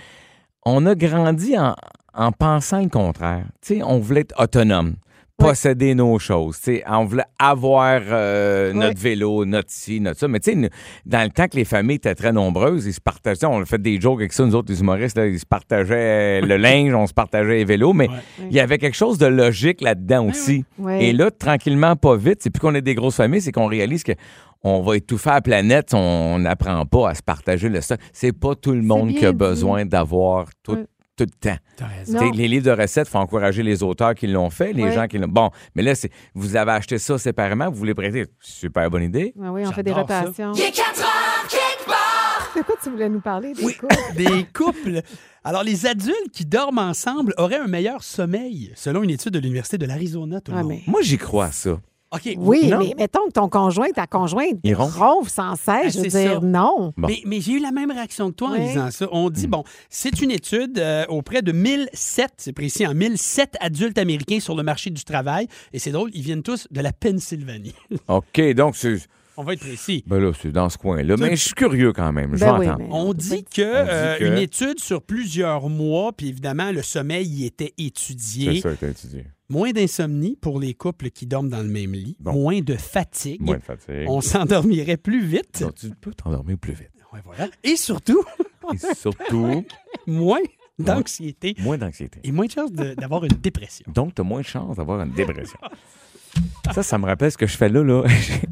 Speaker 5: on a grandi en, en pensant le contraire. Tu sais, on voulait être autonome, posséder nos choses. Tu sais, on voulait avoir euh,
Speaker 6: Ouais.
Speaker 5: notre vélo, notre ci, notre ça. Mais tu sais, nous- dans le temps que les familles étaient très nombreuses, ils se partageaient. On a fait des jokes avec ça, nous autres, les humoristes, là, ils se partageaient le linge, on se partageait les vélos. Mais il y avait quelque chose de logique là-dedans aussi.
Speaker 6: Ben oui. Ouais.
Speaker 5: Et là, tranquillement, pas vite, c'est plus qu'on est des grosses familles, c'est qu'on réalise que on va étouffer la planète, on n'apprend pas à se partager le stock. C'est pas tout le monde qui
Speaker 6: bien
Speaker 5: a
Speaker 6: dit.
Speaker 5: besoin d'avoir tout,
Speaker 6: Oui.
Speaker 5: tout le temps.
Speaker 6: Non.
Speaker 5: T'sais, Les livres de recettes font encourager les auteurs qui l'ont fait, les
Speaker 6: Ouais.
Speaker 5: gens qui l'ont. Bon, mais là, c'est- vous avez acheté ça séparément, vous voulez prêter. Super bonne idée.
Speaker 6: Ah oui, on fait des
Speaker 7: J'adore ça.
Speaker 6: rotations. De quoi tu voulais nous parler? Des
Speaker 7: Oui.
Speaker 6: couples?
Speaker 7: Des couples. Alors, les adultes qui dorment ensemble auraient un meilleur sommeil, selon une étude de l'Université de l'Arizona, tout le
Speaker 6: Ah,
Speaker 7: monde.
Speaker 6: mais-
Speaker 5: Moi, j'y crois, ça.
Speaker 7: OK.
Speaker 6: Oui,
Speaker 7: non.
Speaker 6: mais mettons que ton conjoint, ta conjointe,
Speaker 5: Ils ronflent.
Speaker 6: ronfle sans
Speaker 7: Ah,
Speaker 6: cesse. je veux
Speaker 7: c'est
Speaker 6: dire,
Speaker 7: ça.
Speaker 6: non.
Speaker 5: Bon.
Speaker 7: Mais, mais j'ai eu la même réaction que toi en
Speaker 6: Oui.
Speaker 7: lisant ça. On dit, bon, c'est une étude euh, auprès de 1007, c'est précis, en 1007 adultes américains sur le marché du travail. Et c'est drôle, ils viennent tous de la Pennsylvanie.
Speaker 5: OK, donc, c'est
Speaker 7: On va être précis.
Speaker 5: ben là, c'est dans ce coin-là. Mais je suis curieux quand même. Je vais
Speaker 6: Ben oui,
Speaker 5: entendre.
Speaker 6: mais
Speaker 7: On
Speaker 6: peut
Speaker 7: dit
Speaker 6: pas
Speaker 7: que
Speaker 5: dit
Speaker 7: euh,
Speaker 5: que-
Speaker 7: une étude sur plusieurs mois, puis évidemment, le sommeil y était étudié.
Speaker 5: C'est ça que t'as étudié.
Speaker 7: Moins d'insomnie pour les couples qui dorment dans le même lit,
Speaker 5: Bon.
Speaker 7: moins de fatigue,
Speaker 5: Moins de fatigue.
Speaker 7: on s'endormirait plus vite.
Speaker 5: Donc, tu peux t'endormir plus vite.
Speaker 7: Ouais, voilà. Et surtout,
Speaker 5: Et surtout,
Speaker 7: moins d'anxiété
Speaker 5: moins d'anxiété.
Speaker 7: et moins de chances de- d'avoir une dépression.
Speaker 5: Donc, tu as moins de chances d'avoir une dépression. Ça, ça me rappelle ce que je fais là. là.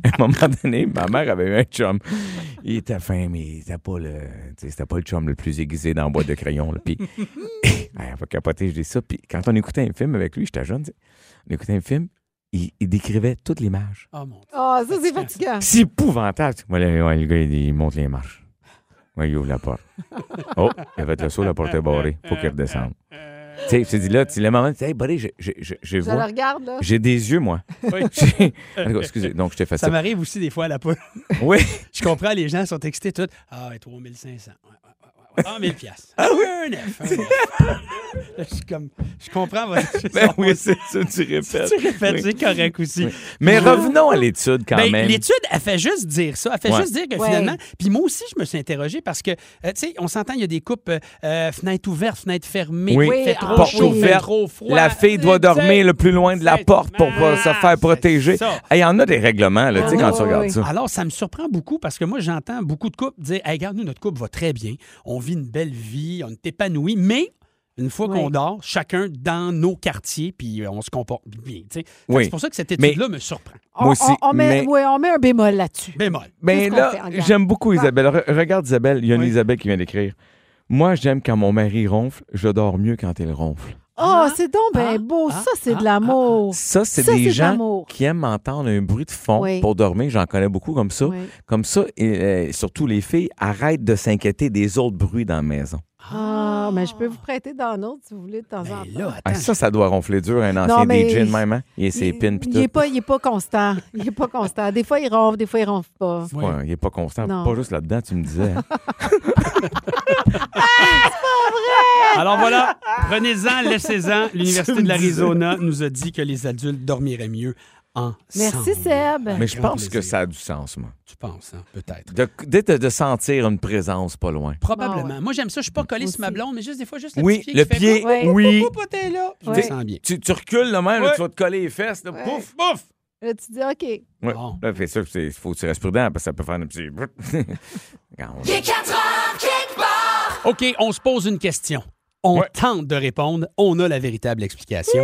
Speaker 5: à un moment donné, ma mère avait eu un chum. Il était fin, mais il était pas le, tu sais, c'était pas le chum le plus aiguisé dans la boîte de crayon. Là. Puis, elle va capoter, je dis ça. Puis, quand on écoutait un film avec lui, j'étais jeune, tu sais, on écoutait un film, il, il décrivait toute l'image.
Speaker 7: Oh mon Dieu.
Speaker 6: Ah, ça, c'est fatigant.
Speaker 5: C'est épouvantable. Moi, là, ouais, le gars, il, il monte les marches. Ouais, il ouvre la porte. Oh, il va être le saut, la porte est barrée. Faut qu'il redescende. Tu sais, tu dis là, tu le moment, tu dis, hey, buddy, je, je, je, je
Speaker 6: Je
Speaker 5: vois.
Speaker 6: le regarde, là.
Speaker 5: J'ai des yeux, moi. J'ai- En tout cas, Excusez, donc je t'ai fait
Speaker 7: Ça
Speaker 5: ça.
Speaker 7: m'arrive aussi des fois à la poule.
Speaker 5: Oui.
Speaker 7: Je comprends, les gens sont excités tout. Ah, ouais, 3500. Ouais, ouais, ouais, ouais, ouais. Ah, 1000 piastres. Ah oui, un F. un F. Là, je suis comme... Je comprends votre...
Speaker 5: Ben oui, c'est ça, tu répètes.
Speaker 7: Tu répètes,
Speaker 5: Oui.
Speaker 7: c'est correct aussi.
Speaker 5: Mais revenons à l'étude quand
Speaker 7: Ben,
Speaker 5: même.
Speaker 7: L'étude, elle fait juste dire ça. Elle fait
Speaker 5: Ouais.
Speaker 7: juste dire que
Speaker 6: Ouais.
Speaker 7: finalement. Puis moi aussi, je me suis interrogé parce que, euh, tu sais, on s'entend, il y a des coupes euh, euh, fenêtre ouverte, fenêtre fermée,
Speaker 5: Oui.
Speaker 7: il fait
Speaker 6: Oui,
Speaker 7: trop
Speaker 6: porte
Speaker 7: chaud, il fait
Speaker 5: ouverte.
Speaker 7: trop froid.
Speaker 5: La fille doit dormir le plus loin de la
Speaker 7: Exactement.
Speaker 5: porte pour pas se faire protéger.
Speaker 7: ça.
Speaker 5: Il y en a des règlements, là, tu sais,
Speaker 6: Ah,
Speaker 5: quand
Speaker 6: oui,
Speaker 5: tu regardes
Speaker 6: oui.
Speaker 5: ça.
Speaker 7: Alors, ça me surprend beaucoup parce que moi, j'entends beaucoup de couples dire hey, Regarde, nous, notre couple va très bien. On vit une belle vie, on est épanoui, mais. Une fois qu'on
Speaker 6: Oui.
Speaker 7: dort, chacun dans nos quartiers, puis euh, on se comporte bien. tu sais. Fait que
Speaker 5: Oui.
Speaker 7: C'est pour ça que cette
Speaker 5: Mais-
Speaker 7: étude-là me surprend.
Speaker 6: On,
Speaker 5: Moi aussi,
Speaker 6: on- on met,
Speaker 5: mais-
Speaker 6: oui, on met un bémol là-dessus.
Speaker 7: Bémol.
Speaker 5: Mais
Speaker 6: Qu'est-ce qu'on fait?
Speaker 5: Ben là,
Speaker 6: Regarde.
Speaker 5: j'aime beaucoup Isabelle. Re- regarde Isabelle, il y a une
Speaker 7: Oui.
Speaker 5: Isabelle qui vient d'écrire. Moi, j'aime quand mon mari ronfle, je dors mieux quand il ronfle.
Speaker 6: Oh, c'est donc ben
Speaker 7: ah,
Speaker 6: beau.
Speaker 7: ah,
Speaker 6: ça, c'est
Speaker 7: ah,
Speaker 6: de l'amour.
Speaker 5: Ça, c'est
Speaker 6: Oh. Ça, c'est
Speaker 5: des
Speaker 6: de
Speaker 5: gens
Speaker 6: l'amour.
Speaker 5: qui aiment entendre un bruit de fond
Speaker 6: Oui.
Speaker 5: pour dormir. J'en connais beaucoup comme ça.
Speaker 6: Oui.
Speaker 5: Comme ça, et, euh, surtout les filles, arrêtent de s'inquiéter des autres bruits dans la maison.
Speaker 6: Ah, mais je peux vous prêter dans l'autre si vous voulez de temps en
Speaker 7: Ben
Speaker 6: temps.
Speaker 7: là,
Speaker 5: Ah,
Speaker 7: attends,
Speaker 5: ça, ça doit ronfler dur, un ancien
Speaker 6: mais
Speaker 5: DJ de
Speaker 6: il-
Speaker 5: même. Hein? Il a ses
Speaker 6: Il-
Speaker 5: pins pis
Speaker 6: il est
Speaker 5: tout.
Speaker 6: pas, il est pas constant. Il est pas constant. Des fois, il ronfle, des fois, il ronfle pas.
Speaker 7: Oui.
Speaker 5: Ouais, il est pas constant.
Speaker 6: Non.
Speaker 5: Pas juste là-dedans, tu me disais.
Speaker 7: Alors voilà, prenez-en, laissez-en. L'Université de l'Arizona nous a dit que les adultes dormiraient mieux ensemble.
Speaker 6: Merci, Seb.
Speaker 5: Mais je
Speaker 7: Grand
Speaker 5: pense que
Speaker 7: plaisir.
Speaker 5: ça a du sens, moi.
Speaker 7: Tu penses, hein, peut-être.
Speaker 5: De, de, de sentir une présence pas loin.
Speaker 7: Probablement.
Speaker 6: Ah ouais.
Speaker 7: Moi, j'aime ça. Je suis pas collé sur ma
Speaker 6: Aussi.
Speaker 7: blonde, mais juste des fois, juste le
Speaker 5: Oui,
Speaker 7: petit
Speaker 5: le
Speaker 7: qui fait
Speaker 5: pied,
Speaker 7: boum,
Speaker 6: Ouais.
Speaker 5: oui.
Speaker 7: boum, boum, t'es là. Je
Speaker 6: Ouais.
Speaker 7: me sens bien.
Speaker 5: Tu, tu recules le même, là,
Speaker 7: Ouais.
Speaker 5: tu vas te coller les fesses, là,
Speaker 6: Ouais.
Speaker 5: pouf, pouf!
Speaker 6: Là, tu dis, OK.
Speaker 5: Ouais.
Speaker 7: Bon.
Speaker 5: Là, fait ça, il faut que tu restes prudent parce que ça peut faire un petit. Quand on-
Speaker 7: OK, on se pose une question. On
Speaker 5: Ouais.
Speaker 7: tente de répondre. On a la véritable explication.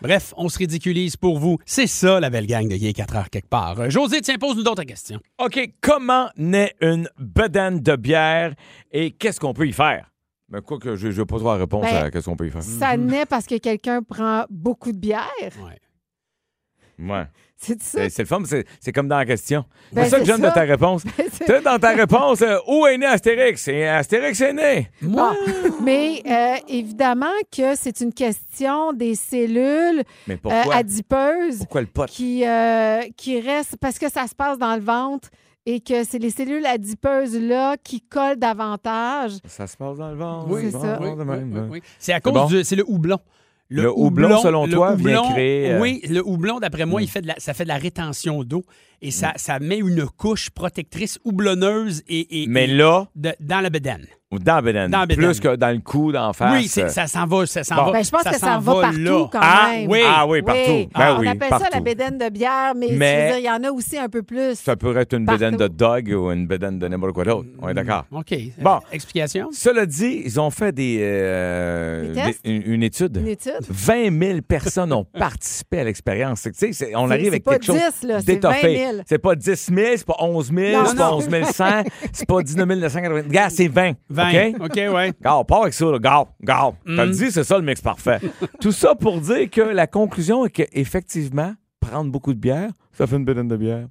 Speaker 7: Bref, on se ridiculise pour vous. C'est ça, la belle gang de Yé 4 heures quelque part. Euh, José, tiens, pose-nous d'autres questions.
Speaker 5: OK, comment naît une bedaine de bière et qu'est-ce qu'on peut y faire? Mais quoi que je ne vais pas trouver la réponse
Speaker 6: Ben,
Speaker 5: à qu'est-ce qu'on peut y faire.
Speaker 6: Ça
Speaker 7: Mhm.
Speaker 6: naît parce que quelqu'un prend beaucoup de bière.
Speaker 7: Ouais.
Speaker 5: Ouais.
Speaker 6: C'est ça?
Speaker 5: C'est c'est le fun, mais c'est c'est comme dans la question.
Speaker 6: Ben,
Speaker 5: c'est ça que
Speaker 6: c'est
Speaker 5: j'aime de
Speaker 6: ça.
Speaker 5: ta réponse.
Speaker 7: Ben,
Speaker 6: c'est-
Speaker 5: Tu sais, dans ta réponse, euh, où est né Astérix? Et Astérix est né.
Speaker 7: Moi,
Speaker 6: Mais euh, évidemment que c'est une question des cellules
Speaker 5: Mais
Speaker 6: euh,
Speaker 5: pourquoi?
Speaker 6: adipeuses
Speaker 5: pourquoi le pote?
Speaker 6: qui, euh, qui restent parce que ça se passe dans le ventre et que c'est les cellules adipeuses-là qui collent davantage.
Speaker 5: Ça se passe dans le ventre.
Speaker 6: Oui, c'est ça.
Speaker 5: Bon, de même, là.
Speaker 7: C'est à
Speaker 5: C'est
Speaker 7: cause
Speaker 5: bon?
Speaker 7: du. C'est le houblon.
Speaker 5: Le houblon, selon toi, vient créer, euh, Mm.
Speaker 7: Oui, le houblon, d'après moi, il fait de la, ça fait de la rétention d'eau et ça, ça met une couche protectrice houblonneuse et, et-
Speaker 5: Mais
Speaker 7: et
Speaker 5: là,
Speaker 7: de- dans la bédaine.
Speaker 5: dans la bedaine,
Speaker 7: Dans la bedaine.
Speaker 5: plus que dans le cou, dans la face. euh,
Speaker 7: oui, c'est- ça s'en va, ça s'en
Speaker 5: Bon.
Speaker 7: va.
Speaker 6: Ben, je pense que ça
Speaker 7: s'en
Speaker 6: va partout
Speaker 7: là.
Speaker 6: quand
Speaker 5: Ah,
Speaker 6: même.
Speaker 5: oui. Ah oui, partout. Ben
Speaker 6: on
Speaker 5: oui,
Speaker 6: appelle ça la
Speaker 5: partout.
Speaker 6: bédaine de bière, mais, je veux
Speaker 5: Mais-
Speaker 6: dire, il y en a aussi un peu plus.
Speaker 5: Ça peut être une
Speaker 6: Partout.
Speaker 5: bedaine de dog ou une bedaine de n'importe quoi d'autre. On est d'accord.
Speaker 7: OK. Euh,
Speaker 5: Bon.
Speaker 7: Explication.
Speaker 5: Cela dit, ils ont fait des, euh,
Speaker 6: Des tests?
Speaker 5: des- une, une étude.
Speaker 6: Une étude?
Speaker 5: 20 000 personnes ont participé à l'expérience. C'est que, tu sais, c'est- On
Speaker 6: C'est-
Speaker 5: arrive
Speaker 6: c'est
Speaker 5: avec
Speaker 6: pas
Speaker 5: quelque chose
Speaker 6: 10, là, c'est 20 000. 000.
Speaker 5: C'est pas 10 000, c'est pas 11 000,
Speaker 6: Non,
Speaker 5: c'est pas
Speaker 6: non.
Speaker 5: 11 100, c'est pas 19 980. Gars, c'est 20.
Speaker 7: 20.
Speaker 5: OK?
Speaker 7: OK, ouais.
Speaker 5: Gars, part avec ça, là. Gars, gars. T'as dit, c'est ça le mix parfait. Tout ça pour dire que la conclusion est qu'effectivement, prendre beaucoup de bière, ça fait une bédaine de bière.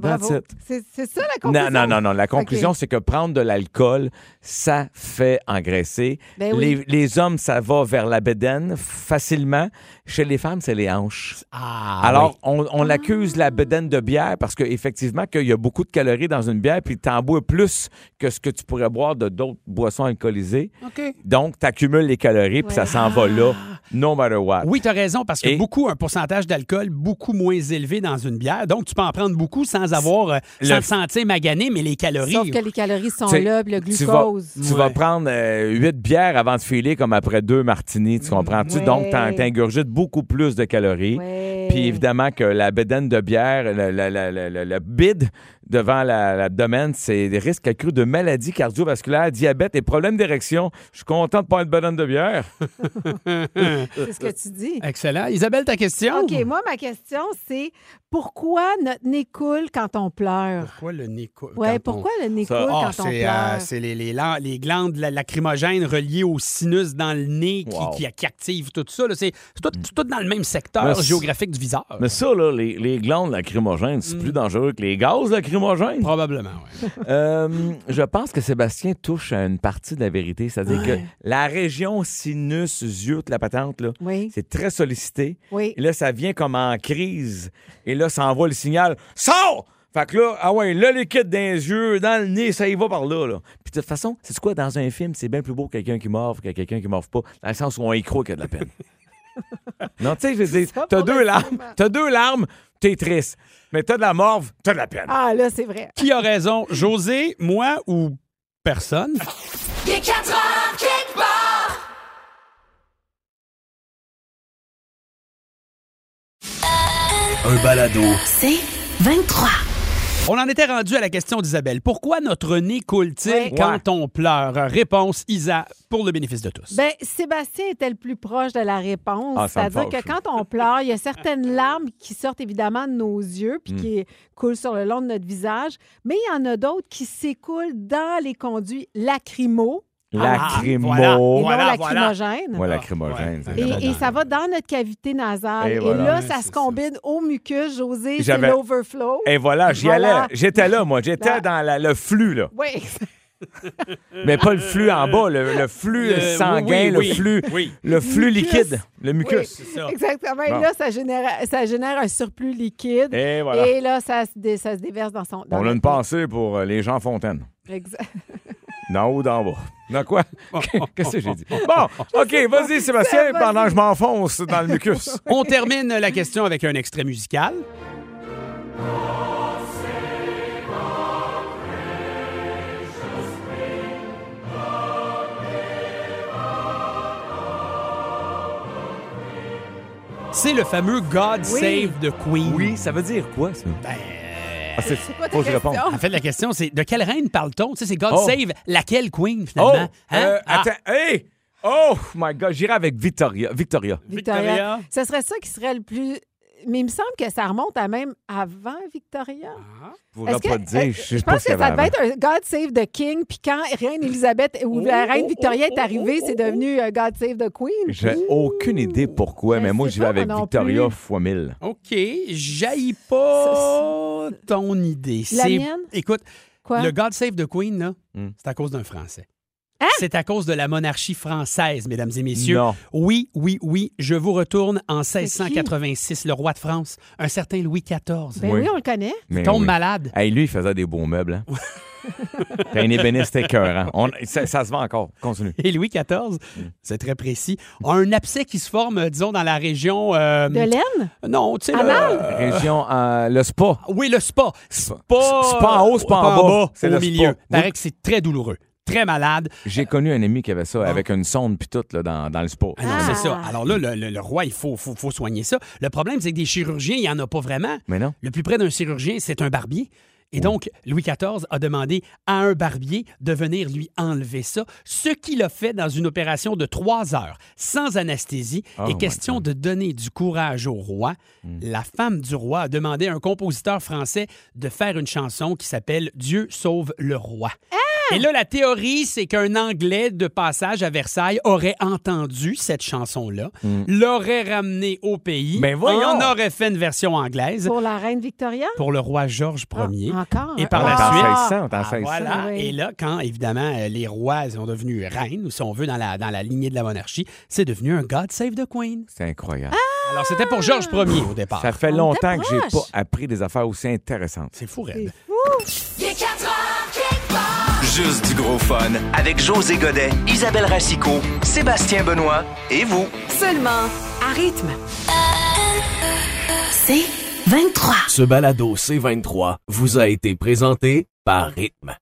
Speaker 5: That's
Speaker 6: Bravo.
Speaker 5: it.
Speaker 6: C'est c'est ça la
Speaker 5: Non,
Speaker 6: conclusion.
Speaker 5: non, non, non. La conclusion,
Speaker 6: OK.
Speaker 5: c'est que prendre de l'alcool, ça fait engraisser.
Speaker 6: Ben oui.
Speaker 5: les, les hommes, ça va vers la bédaine facilement. Chez les femmes, c'est les hanches.
Speaker 7: Ah,
Speaker 5: Alors, on, on accuse la bedaine de bière parce qu'effectivement, qu'il y a beaucoup de calories dans une bière, puis tu en bois plus que ce que tu pourrais boire de d'autres boissons alcoolisées.
Speaker 7: OK.
Speaker 5: Donc, tu accumules les calories, puis ça s'en va là,
Speaker 6: Ah.
Speaker 5: no matter what.
Speaker 7: Oui, tu as raison, parce que
Speaker 5: Et-
Speaker 7: beaucoup, un pourcentage d'alcool beaucoup moins élevé dans une bière. Donc, tu peux en prendre beaucoup sans avoir, euh, sans
Speaker 5: Le-
Speaker 7: te sentir magané, mais les calories.
Speaker 6: Sauf que les calories sont
Speaker 5: Tu sais,
Speaker 6: là, puis le
Speaker 5: Tu vas,
Speaker 6: glucose.
Speaker 5: tu vas
Speaker 7: Ouais.
Speaker 5: prendre euh, huit bières avant de filer comme après deux martinis, tu comprends-tu?
Speaker 6: Mm. Ouais.
Speaker 5: Donc, t'en- t'ingurgites beaucoup plus de calories.
Speaker 6: Ouais.
Speaker 5: Puis évidemment que la bédaine de bière, le, le- le- le- le- le bide devant la- l'abdomen, c'est des risques accrus de maladies cardiovasculaires, diabète et problèmes d'érection. Je suis content de pas être bédaine de bière. euh,
Speaker 6: C'est ce que tu dis.
Speaker 7: Excellent. Isabelle, ta question?
Speaker 6: OK, moi, ma question, c'est pourquoi notre nez coule quand on pleure?
Speaker 7: Pourquoi le nez cou-
Speaker 6: Oui,
Speaker 7: quand on-
Speaker 6: pourquoi le nez coule
Speaker 5: Ça-
Speaker 7: Ah,
Speaker 6: quand on
Speaker 7: c'est euh,
Speaker 6: pleure?
Speaker 7: c'est les, les lan- les glandes la- lacrymogènes reliées au sinus dans le nez qui,
Speaker 5: Wow.
Speaker 7: qui- qui activent tout ça. là. C'est c'est tout, c'est tout dans le même secteur
Speaker 5: Mais c'est-
Speaker 7: géographique du viseur.
Speaker 5: Mais ça, là, les, les glandes lacrymogènes, c'est plus dangereux que les gaz lacrymogènes.
Speaker 7: Probablement, oui.
Speaker 5: Euh, je pense que Sébastien touche à une partie de la vérité, c'est-à-dire que la région sinus, yeux, de la patente, là,
Speaker 6: Oui.
Speaker 5: c'est très sollicité.
Speaker 6: Oui.
Speaker 5: Et là, ça vient comme en crise. Et là, ça envoie le signal Sors! Fait que là, ah ouais, le liquide dans les yeux, dans le nez, ça y va par là. là. Puis de toute façon, c'est quoi, dans un film, c'est bien plus beau que quelqu'un qui morve que quelqu'un qui morve pas, dans le sens où on y croit qu'il y a de la peine. non, tu sais, je veux dire,
Speaker 6: pas
Speaker 5: t'as
Speaker 6: pour
Speaker 5: deux
Speaker 6: le
Speaker 5: larmes,
Speaker 6: cinéma.
Speaker 5: t'as deux larmes, t'es triste. Mais t'as de la morve, t'as de la peine.
Speaker 6: Ah, là, c'est vrai.
Speaker 7: Qui a raison, José, moi ou personne?
Speaker 1: Un balado.
Speaker 2: C'est 23.
Speaker 7: On en était rendu à la question d'Isabelle. Pourquoi notre nez coule-t-il
Speaker 6: Ouais.
Speaker 7: quand
Speaker 5: Ouais.
Speaker 7: on pleure? Réponse, Isa, pour le bénéfice de tous.
Speaker 6: Ben, Sébastien était le plus proche de la réponse.
Speaker 5: Ah, ça me
Speaker 6: C'est-à-dire que
Speaker 5: fâche.
Speaker 6: quand on pleure, il y a certaines larmes qui sortent évidemment de nos yeux
Speaker 7: Hmm.
Speaker 6: puis qui coulent sur le long de notre visage, mais il y en a d'autres qui s'écoulent dans les conduits lacrymaux Ah,
Speaker 5: Lacrymo.
Speaker 7: voilà.
Speaker 6: et
Speaker 7: Oh, Voilà,
Speaker 6: non
Speaker 7: voilà.
Speaker 6: lacrymogènes.
Speaker 5: Ouais, hein. lacrymogène.
Speaker 7: Ouais.
Speaker 5: c'est
Speaker 6: Et,
Speaker 5: vrai.
Speaker 6: et ça va dans notre cavité nasale.
Speaker 5: Et
Speaker 6: Et,
Speaker 5: voilà.
Speaker 6: là,
Speaker 7: Ouais,
Speaker 6: ça
Speaker 7: c'est
Speaker 6: se
Speaker 7: ça. Eh,
Speaker 6: combine au mucus, José, c'est
Speaker 5: J'avais-
Speaker 6: l'overflow.
Speaker 5: Et voilà, j'y
Speaker 6: Voilà. Bah.
Speaker 5: allais. J'étais là, moi. J'étais
Speaker 6: Là.
Speaker 5: dans la- le flux, là.
Speaker 6: Oui,
Speaker 5: Mais pas le flux en bas, le, le flux
Speaker 7: Le-
Speaker 5: sanguin,
Speaker 7: oui, oui,
Speaker 5: le flux,
Speaker 7: oui.
Speaker 5: le flux
Speaker 6: Mucus.
Speaker 5: liquide, le
Speaker 6: oui,
Speaker 5: mucus.
Speaker 6: exactement. Et
Speaker 5: Bon.
Speaker 6: là, ça génère, ça génère un surplus liquide.
Speaker 7: Eh,
Speaker 5: Et voilà.
Speaker 6: Et là, ça se, dé- ça se déverse dans son.
Speaker 5: On
Speaker 6: dans
Speaker 5: a une
Speaker 6: notre-
Speaker 5: pensée pour euh, les gens fontaines.
Speaker 6: Exact.
Speaker 5: D'en haut, d'en bas. Dans quoi? Qu'est-ce que j'ai dit? Bon, OK, vas-y, Sébastien,
Speaker 6: Ça va,
Speaker 5: pendant que je m'enfonce dans le mucus.
Speaker 7: On termine la question avec un extrait musical. C'est le fameux God
Speaker 6: Oui.
Speaker 7: Save the Queen.
Speaker 5: ça veut dire quoi, ça? Ah, c'est
Speaker 6: Ben, quoi ta
Speaker 5: faut que je
Speaker 6: question?
Speaker 5: réponde.
Speaker 7: En fait, la question, c'est de quelle reine parle-t-on? Tu sais, c'est God
Speaker 5: Oh.
Speaker 7: Save laquelle Queen,
Speaker 5: Oh!
Speaker 7: finalement? Hein?
Speaker 5: euh,
Speaker 7: Ah.
Speaker 5: Attends, hey! Oh my God, j'irai avec Victoria. Victoria.
Speaker 6: Victoria.
Speaker 7: Victoria.
Speaker 6: Ce serait ça qui serait le plus. Mais il me semble que ça remonte à même avant Victoria.
Speaker 7: Ah,
Speaker 5: Je
Speaker 6: Est-ce
Speaker 5: pourrais
Speaker 6: que-
Speaker 5: pas te
Speaker 6: euh,
Speaker 5: dire. Je sais
Speaker 6: je
Speaker 5: pas
Speaker 6: pense
Speaker 5: ce qu'il
Speaker 6: que
Speaker 5: y avait
Speaker 6: ça devait
Speaker 5: avant.
Speaker 6: être un God Save the King. Puis quand Reine Elisabeth
Speaker 7: Oh,
Speaker 6: ou la Reine Victoria est arrivée, c'est devenu euh, God Save the Queen.
Speaker 5: J'ai aucune idée pourquoi,
Speaker 6: Je
Speaker 5: mais moi,
Speaker 6: sais
Speaker 5: j'y vais
Speaker 6: Ben, pas,
Speaker 5: avec
Speaker 6: moi non
Speaker 5: Victoria
Speaker 6: plus.
Speaker 5: fois 1000.
Speaker 7: OK, j'haïs pas ton idée.
Speaker 6: La
Speaker 7: C'est-
Speaker 6: mienne?
Speaker 7: Écoute,
Speaker 6: Quoi?
Speaker 7: le God Save the Queen, là,
Speaker 5: Hmm.
Speaker 7: c'est à cause d'un Français.
Speaker 6: Hein?
Speaker 7: C'est à cause de la monarchie française, mesdames et messieurs.
Speaker 5: Non.
Speaker 7: Oui, oui, oui, je vous retourne en
Speaker 6: qui?
Speaker 7: 1686, le roi de France, un certain Louis XIV.
Speaker 6: Ben
Speaker 5: Oui.
Speaker 6: oui. on le connaît.
Speaker 5: Mais
Speaker 7: tombe
Speaker 5: oui.
Speaker 7: malade.
Speaker 5: Hey, lui, il faisait des beaux meubles. Hein? T'as un ébéniste écœurant. On- ça, ça se vend encore. Continue.
Speaker 7: Et Louis XIV,
Speaker 5: Hmm.
Speaker 7: c'est très précis, a un abcès qui se forme, euh, disons, dans la région... euh,
Speaker 6: De Ah, laine?
Speaker 7: Non, tu sais... là,
Speaker 6: Anal?
Speaker 7: euh,
Speaker 5: Région, euh, le spa.
Speaker 7: Oui, le spa. Spa,
Speaker 5: C'est pas en haut, c'est pas en bas. C'est
Speaker 7: C'est
Speaker 5: le
Speaker 7: au milieu.
Speaker 5: spa.
Speaker 7: Paraît que c'est très douloureux, très malade.
Speaker 5: J'ai connu un ami qui avait ça avec une sonde puis tout là, dans, dans le spa.
Speaker 7: Ah non, c'est ça. Alors là, le, le- le roi, il faut, faut, faut soigner ça. Le problème, c'est que des chirurgiens, il n'y en a pas vraiment.
Speaker 5: Mais non.
Speaker 7: Le plus près d'un chirurgien, c'est un barbier. Et donc, Louis XIV a demandé à un barbier de venir lui enlever ça, ce qu'il a fait dans une opération de trois heures, sans anesthésie,
Speaker 5: Oh
Speaker 7: et
Speaker 5: my Hmm.
Speaker 7: question de donner du courage au roi. La femme du roi a demandé à un compositeur français de faire une chanson qui s'appelle Dieu sauve le roi. Et là, la théorie, c'est qu'un Anglais de passage à Versailles aurait entendu cette chanson-là, l'aurait ramenée au pays,
Speaker 5: Hmm. Ben voyons!
Speaker 7: et en aurait fait une version anglaise
Speaker 6: Pour la reine Victoria?
Speaker 7: pour le roi Georges Ier.
Speaker 6: Ah, encore?
Speaker 7: Et par
Speaker 5: On
Speaker 7: la
Speaker 5: est
Speaker 7: suite-
Speaker 5: en 1600, on est en
Speaker 7: Ah,
Speaker 5: 1600.
Speaker 7: voilà.
Speaker 6: oui.
Speaker 7: Et là, quand évidemment euh, les rois sont devenus reines, ou si on veut, dans la, dans la lignée de la monarchie, c'est devenu un God Save the Queen.
Speaker 5: C'est incroyable.
Speaker 7: Alors, c'était pour Georges Ier au départ.
Speaker 5: Ça fait
Speaker 6: On
Speaker 5: longtemps que j'ai
Speaker 6: t'approche.
Speaker 5: pas appris des affaires aussi intéressantes.
Speaker 7: C'est fou, Red.
Speaker 8: Juste du gros fun avec José Godet, Isabelle Racicot, Sébastien Benoît et vous.
Speaker 3: Seulement à rythme.
Speaker 2: C'est 23.
Speaker 9: Ce balado C23 vous a été présenté par Rythme.